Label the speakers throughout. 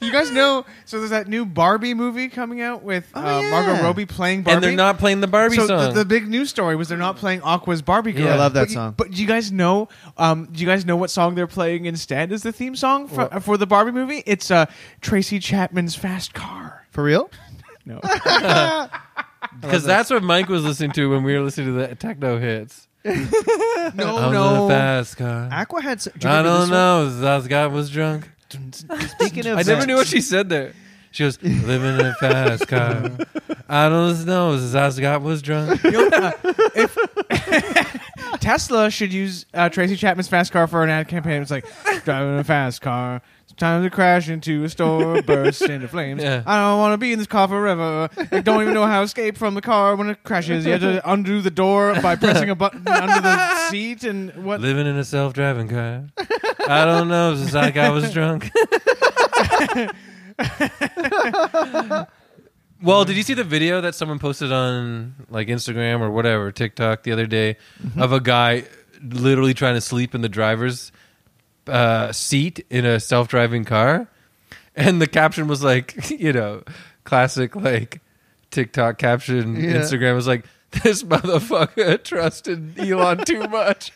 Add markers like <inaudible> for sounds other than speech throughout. Speaker 1: you guys know? So there's that new Barbie movie coming out with uh,
Speaker 2: Oh, yeah.
Speaker 1: Margot Robbie playing Barbie.
Speaker 3: and they're not playing the Barbie
Speaker 1: so
Speaker 3: song.
Speaker 1: The, the big news story was they're
Speaker 2: Mm.
Speaker 1: not playing Aqua's Barbie Girl.
Speaker 3: Yeah, I love
Speaker 2: that
Speaker 1: But you-
Speaker 2: song.
Speaker 1: But do you guys know? Um, do you guys know what song they're playing instead as the theme song for, uh, for the Barbie movie? It's uh, Tracy Chapman's Fast
Speaker 2: <laughs>
Speaker 1: Car.
Speaker 2: For real?
Speaker 1: No,
Speaker 3: Because that's what Mike was listening to when we were listening to the techno hits.
Speaker 1: no,
Speaker 3: I'm
Speaker 1: Oh, no.
Speaker 3: the fast car.
Speaker 2: Aqua had. Some, do you
Speaker 3: I
Speaker 2: remember
Speaker 3: don't
Speaker 2: this one?
Speaker 3: know. Zazgat was drunk.
Speaker 2: Speaking of,
Speaker 3: I never
Speaker 2: that-
Speaker 3: knew what she said there. She goes, living in a fast car. I don't know. Zazgat was drunk.
Speaker 1: uh, <laughs> Tesla should use uh, Tracy Chapman's Fast Car for an ad campaign. It's like driving a fast car. Sometimes it crash into a store, burst into flames.
Speaker 3: Yeah.
Speaker 1: I don't want to be in this car forever. I don't even know how to escape from the car when it crashes. You have to undo the door by pressing a button under the seat and what?
Speaker 3: Living in a self driving car. I don't know. Zazgat was drunk. well, did you see the video that someone posted on like Instagram or whatever, TikTok the other day of a guy literally trying to sleep in the driver's uh, seat in a self driving car? And the caption was like, <laughs> you know, classic like TikTok caption.
Speaker 2: Yeah.
Speaker 3: Instagram was like, this motherfucker <laughs> trusted Elon too much.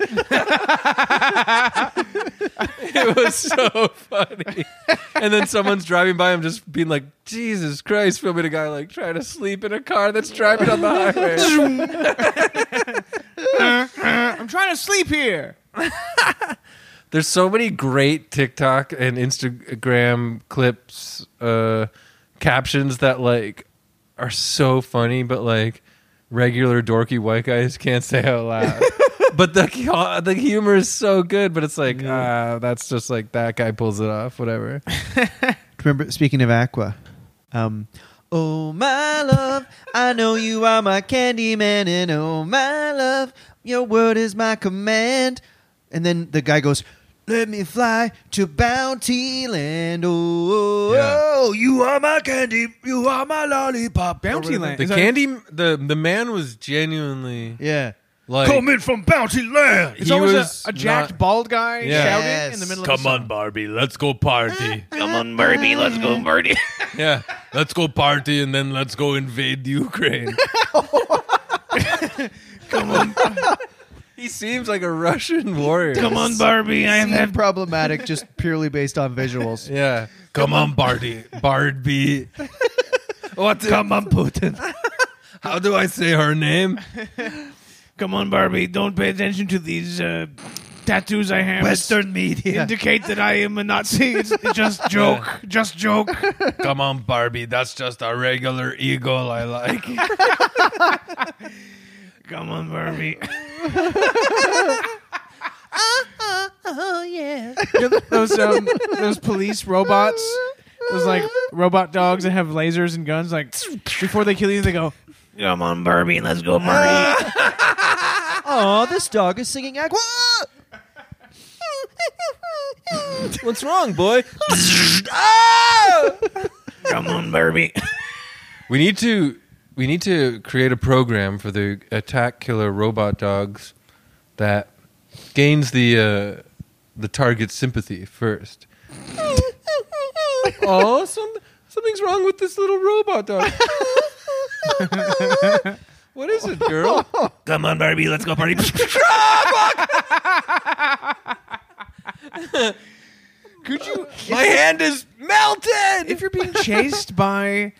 Speaker 3: it was so funny. And then someone's driving by him, just being like, "Jesus Christ!" Filming a guy like trying to sleep in a car that's driving on the highway.
Speaker 1: I'm trying to sleep here.
Speaker 3: There's so many great TikTok and Instagram clips, uh, captions that like are so funny, but like regular dorky white guys can't say out loud. but the hu- the humor is so good, but it's like ah, that's just like that guy pulls it off, whatever.
Speaker 2: Remember, speaking of Aqua, um, oh my love, I know you are my candy man, and oh my love, your word is my command. And then the guy goes, "Let me fly to Bounty Land, oh,
Speaker 3: Yeah.
Speaker 2: oh, you are my candy, you are my lollipop,
Speaker 1: Bounty Land.
Speaker 3: The
Speaker 1: Is that-
Speaker 3: candy, the the man was genuinely
Speaker 2: Yeah,
Speaker 3: like
Speaker 2: in from Bounty Land.
Speaker 1: It's
Speaker 3: He
Speaker 1: always
Speaker 3: was
Speaker 1: a, a jacked
Speaker 3: not-
Speaker 1: bald guy
Speaker 3: Yeah.
Speaker 1: shouting
Speaker 2: Yes.
Speaker 1: in the middle of
Speaker 4: Come
Speaker 1: the
Speaker 4: on, Barbie, let's go
Speaker 1: <laughs>
Speaker 4: party. Come on, Barbie, let's go party.
Speaker 3: yeah, let's go party and then let's go invade
Speaker 1: <laughs>
Speaker 3: Ukraine. Come on. he seems like a Russian warrior.
Speaker 4: <laughs> Come on, Barbie, I
Speaker 2: <laughs>
Speaker 4: have.
Speaker 2: problematic just purely based on visuals.
Speaker 3: Yeah.
Speaker 4: Come on, Barbie.
Speaker 3: Barbie. What?
Speaker 4: Come on, Putin.
Speaker 3: How do I say
Speaker 1: <laughs>
Speaker 3: her name?
Speaker 4: <laughs> Come on, Barbie. Don't pay attention to these uh, tattoos I have.
Speaker 2: Western media.
Speaker 4: indicate that I am a Nazi. It's <laughs> just joke. Just joke.
Speaker 3: Come on, Barbie. That's just a regular eagle I like.
Speaker 4: Come on, Barbie.
Speaker 1: those um, those police robots, those like robot dogs that have lasers and guns. Like before they kill you, they go.
Speaker 4: <laughs> Come on, Barbie. Let's go, <laughs> Barbie.
Speaker 2: Oh, this dog is singing <laughs> Aqua.
Speaker 3: What's wrong, boy?
Speaker 4: Come on, Barbie.
Speaker 3: We need to we need to create a program for the attack killer robot dogs that gains the uh, the target's sympathy first. <laughs> oh, some, something's wrong with this little robot dog. <laughs> what is it, girl?
Speaker 4: <laughs> Come on, Barbie. Let's go party. <laughs>
Speaker 1: Could you,
Speaker 3: My hand is melted.
Speaker 1: if you're being chased by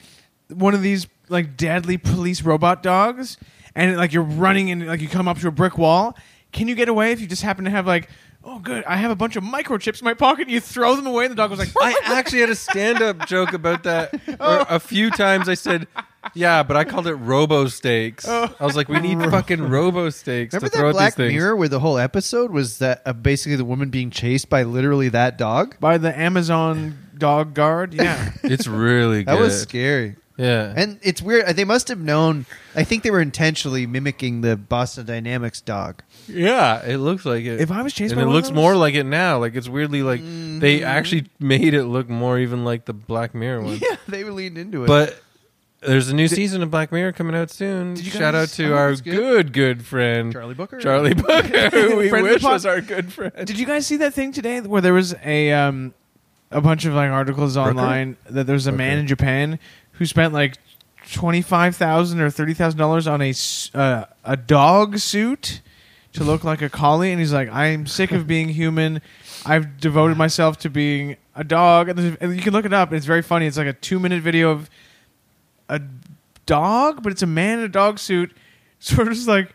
Speaker 1: one of these like deadly police robot dogs, and like you're running and like you come up to a brick wall, can you get away if you just happen to have like, oh good, I have a bunch of microchips in my pocket. and You throw them away, and the dog was like,
Speaker 3: I actually had a stand-up joke about that. Or a few times I said, "Yeah," but I called it Robo Steaks. I was like, "We need fucking Robo Steaks to
Speaker 2: Remember
Speaker 3: throw
Speaker 2: that
Speaker 3: at these
Speaker 2: Black
Speaker 3: things."
Speaker 2: Mirror where the whole episode was that uh, basically the woman being chased by literally that dog?
Speaker 1: by the Amazon dog guard. Yeah,
Speaker 3: It's really good.
Speaker 2: That was scary.
Speaker 3: yeah.
Speaker 2: And it's weird. uh, They must have known. I think they were intentionally mimicking the Boston Dynamics dog. <laughs>
Speaker 3: yeah, it looks like it.
Speaker 1: if I was chased
Speaker 3: and
Speaker 1: by
Speaker 3: it
Speaker 1: one of
Speaker 3: looks
Speaker 1: those- Mm-hmm.
Speaker 3: more like it now. Like it's weirdly like they actually made it look more even like the Black Mirror one.
Speaker 2: Yeah, they leaned into it.
Speaker 3: But there's a new season of Black Mirror coming out soon.
Speaker 1: Did you
Speaker 3: Shout out
Speaker 1: guys- Oh, I
Speaker 3: to
Speaker 1: hope
Speaker 3: our
Speaker 1: it's
Speaker 3: good. good friend
Speaker 2: Charlie Booker.
Speaker 1: <laughs>
Speaker 2: <laughs>
Speaker 3: Charlie Booker, who we
Speaker 1: Friend of the
Speaker 3: wish
Speaker 1: pod- <laughs>
Speaker 3: was our good friend.
Speaker 1: Did you guys see that thing today where there was a um, a bunch of like articles online that there's a man in Japan who spent like twenty five thousand or thirty thousand dollars on a s- uh, a dog suit to look like a collie, and he's like, I'm sick of being human. I've devoted myself to being a dog, and, there's- and you can look it up. It's very funny. It's like a two minute video of a dog, but it's a man in a dog suit, <laughs> sort of just like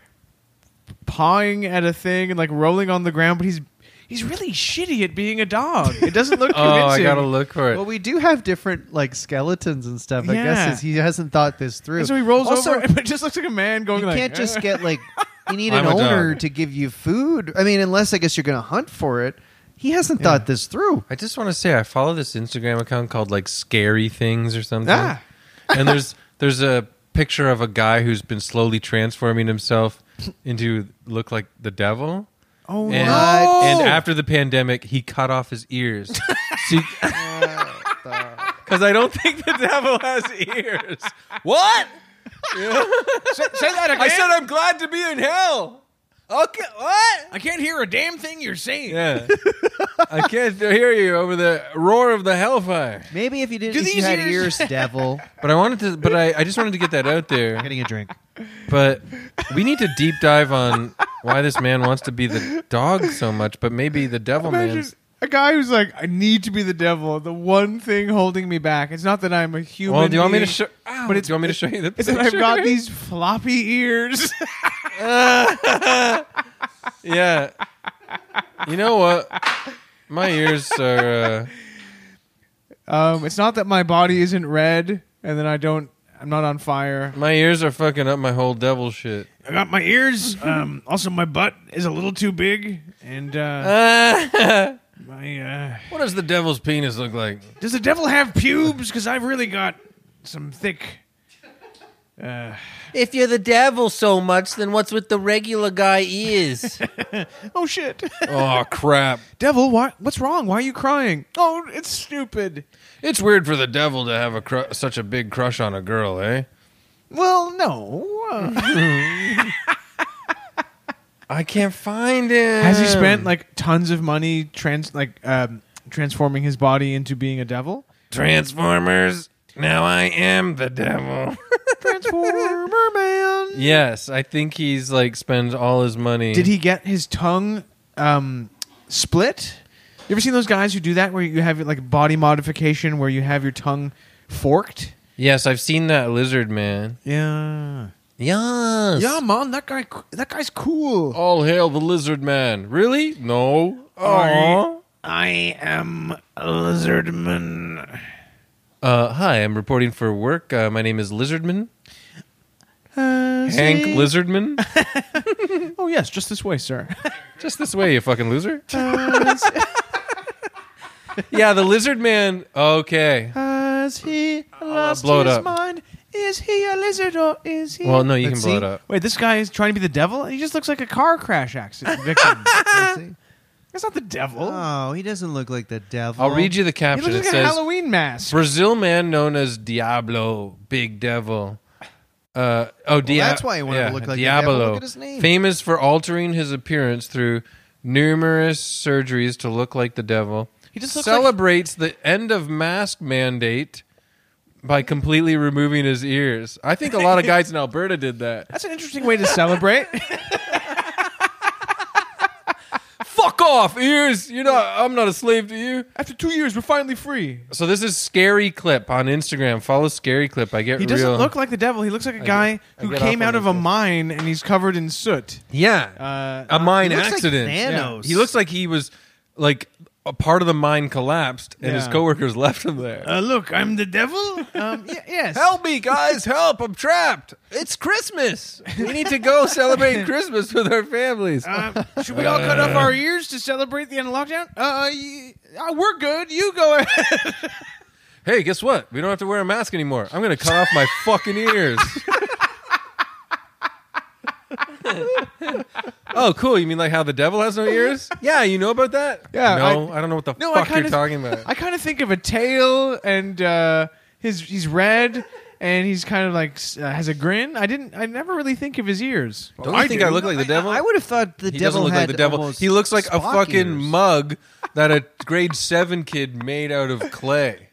Speaker 1: pawing at a thing and like rolling on the ground, but he's he's really shitty at being a
Speaker 3: <laughs>
Speaker 1: dog. It doesn't look
Speaker 3: Oh, I
Speaker 1: convincing.
Speaker 3: gotta look for it.
Speaker 2: Well, we do have different like skeletons and stuff. I
Speaker 1: Yeah.
Speaker 2: guess is he hasn't thought this through.
Speaker 1: And <laughs> so he rolls
Speaker 2: also,
Speaker 1: over, but it just looks like a man going
Speaker 2: You
Speaker 1: like.
Speaker 2: can't
Speaker 1: "Eh."
Speaker 2: just get
Speaker 3: <laughs>
Speaker 2: like you need
Speaker 3: I'm
Speaker 2: an
Speaker 3: a dog.
Speaker 2: owner to give you food. I mean, unless I guess you're going to hunt for it. He hasn't thought this through.
Speaker 3: I just want to say I follow this Instagram account called like Scary Things or something.
Speaker 2: Ah.
Speaker 3: and there's there's a picture of a guy who's been slowly transforming himself into look like the devil. <laughs>
Speaker 1: Oh
Speaker 3: And,
Speaker 2: What?
Speaker 3: and after the pandemic, he cut off his ears. <laughs> Because I don't think the devil has ears. What?
Speaker 1: <laughs> say that again.
Speaker 3: I said I'm glad to be in hell. Okay, what?
Speaker 2: <laughs>
Speaker 1: I can't hear a damn thing you're saying.
Speaker 3: Yeah. I can't hear you over the roar of the hellfire.
Speaker 2: Maybe if you didn't,
Speaker 1: Do
Speaker 2: if you
Speaker 1: these
Speaker 2: had
Speaker 1: ears-
Speaker 5: <laughs>
Speaker 2: ears, devil.
Speaker 3: But I wanted to, but I, I just wanted to get that out <laughs> there.
Speaker 2: I'm getting a drink.
Speaker 3: But we need to deep dive on why this man wants to be the dog so much, but maybe the devil
Speaker 1: Imagine
Speaker 3: man's.
Speaker 1: a guy who's like, I need to be the devil. The one thing holding me back. It's not that I'm a human.
Speaker 3: Well, do you want me to
Speaker 1: being,
Speaker 3: show?
Speaker 1: but
Speaker 3: But
Speaker 1: it's-
Speaker 3: do you want me to show you the
Speaker 1: <laughs> It's
Speaker 3: picture?
Speaker 1: that I've got these floppy ears.
Speaker 3: <laughs>
Speaker 1: <laughs>
Speaker 3: Yeah. You know what? My ears are. Uh,
Speaker 1: um, it's not that my body isn't red and then I don't. I'm not on fire.
Speaker 3: my ears are fucking up my whole devil shit.
Speaker 1: I got my <laughs> ears. Um, also, my butt is a little too big, and uh, <laughs>
Speaker 3: Uh,
Speaker 1: my. Uh,
Speaker 3: what does the devil's penis look like?
Speaker 1: does the devil have pubes? Because I've really got some thick.
Speaker 5: If you're the devil so much, then what's with the regular guy
Speaker 2: <laughs>
Speaker 5: ears?
Speaker 1: Oh shit,
Speaker 3: Oh crap!
Speaker 1: <laughs> devil! Why, what's wrong? Why are you crying? Oh, it's stupid.
Speaker 3: It's weird for the devil to have a cru- such a big crush on a girl, eh?
Speaker 1: Well, no. Uh,
Speaker 3: I can't find him.
Speaker 1: has he spent like tons of money trans like um, transforming his body into being a devil?
Speaker 3: Transformers? Now I am the devil.
Speaker 1: Transformer <laughs> man.
Speaker 3: <laughs> yes, I think he's like spends all his money.
Speaker 1: Did he get his tongue um, split? You ever seen those guys who do that where you have like body modification where you have your tongue forked?
Speaker 3: Yes, I've seen that lizard man.
Speaker 1: Yeah.
Speaker 5: yes.
Speaker 1: Yeah, man, that guy that guy's cool.
Speaker 3: All hail the lizard man. Really? No. Oh.
Speaker 4: I am Lizardman.
Speaker 3: Uh, hi, I'm reporting for work. Uh, my name is Lizardman. Hank
Speaker 1: <laughs>
Speaker 3: Lizardman.
Speaker 1: Oh yes, just this way,
Speaker 3: <laughs>
Speaker 1: sir.
Speaker 3: Just this way, you fucking loser. <laughs> yeah, the lizard man. Okay.
Speaker 1: Has he lost
Speaker 3: uh, blow it
Speaker 1: his
Speaker 3: up.
Speaker 1: mind? Is he a lizard or is he
Speaker 3: Well, no, you
Speaker 2: Let's
Speaker 3: can blow
Speaker 2: see.
Speaker 3: it up.
Speaker 1: Wait, this guy is trying to be the devil? He just looks like a car crash accident
Speaker 3: <laughs>
Speaker 1: victim.
Speaker 2: <laughs> Let's see.
Speaker 1: That's not the devil.
Speaker 2: Oh, he doesn't look like the devil.
Speaker 3: I'll read you the
Speaker 1: he
Speaker 3: caption.
Speaker 1: looks like
Speaker 3: it
Speaker 1: a
Speaker 3: says
Speaker 1: Halloween mask.
Speaker 3: Brazil man known as Diablo, Big Devil. Uh, oh, Dia-
Speaker 2: that's why he wanted to look like a devil. Look at his name.
Speaker 3: Famous for altering his appearance through numerous surgeries to look like the devil. He
Speaker 1: just looks
Speaker 3: celebrates the end of mask mandate by completely removing his ears. I think a lot
Speaker 2: <laughs>
Speaker 3: of guys in Alberta did that.
Speaker 1: That's an interesting way to celebrate. <laughs>
Speaker 3: Fuck off, ears! You're not. I'm not a slave to you.
Speaker 1: After two years, we're finally free.
Speaker 3: So this is scary clip on Instagram. Follow scary clip. I get
Speaker 1: He doesn't
Speaker 3: real.
Speaker 1: look like the devil. He looks like a
Speaker 3: I
Speaker 1: guy who
Speaker 3: get
Speaker 1: came
Speaker 3: off on
Speaker 1: out of
Speaker 3: this
Speaker 1: a
Speaker 3: one.
Speaker 1: mine and he's covered in soot.
Speaker 3: yeah.
Speaker 1: Uh,
Speaker 3: a mine
Speaker 2: He looks like
Speaker 3: accident.
Speaker 2: Thanos.
Speaker 3: Yeah. He looks like he was like a part of the mine collapsed and his
Speaker 1: Yeah.
Speaker 3: coworkers <laughs> left him there.
Speaker 4: Uh, look, I'm the devil.
Speaker 3: <laughs>
Speaker 1: um, y- yes.
Speaker 3: help me, guys, help! I'm trapped. It's Christmas. We need to go celebrate Christmas with our families.
Speaker 1: Uh, should we all cut off our ears to celebrate the end of lockdown? Uh, y- uh, we're good. You go <laughs> ahead.
Speaker 3: hey, guess what? We don't have to wear a mask anymore. I'm gonna cut off my
Speaker 1: <laughs>
Speaker 3: fucking ears. oh, cool. You mean like how the devil has no ears? Yeah, you know about that?
Speaker 1: Yeah,
Speaker 3: No,
Speaker 1: I-
Speaker 3: I, don't know what the
Speaker 1: No, I
Speaker 3: fuck you're
Speaker 1: kinda-
Speaker 3: talking about.
Speaker 1: I kind of think of a tail and uh, his he's red and he's kind of like s- uh, has a grin. I didn't. I never really think of his ears.
Speaker 3: Don't you think I look like the devil?
Speaker 2: I, would have thought the
Speaker 3: he doesn't
Speaker 2: devil
Speaker 3: look
Speaker 2: had
Speaker 3: like the devil.
Speaker 2: almost
Speaker 3: He looks like a
Speaker 2: Spock
Speaker 3: fucking
Speaker 2: ears.
Speaker 3: mug that a grade seven kid made out of clay.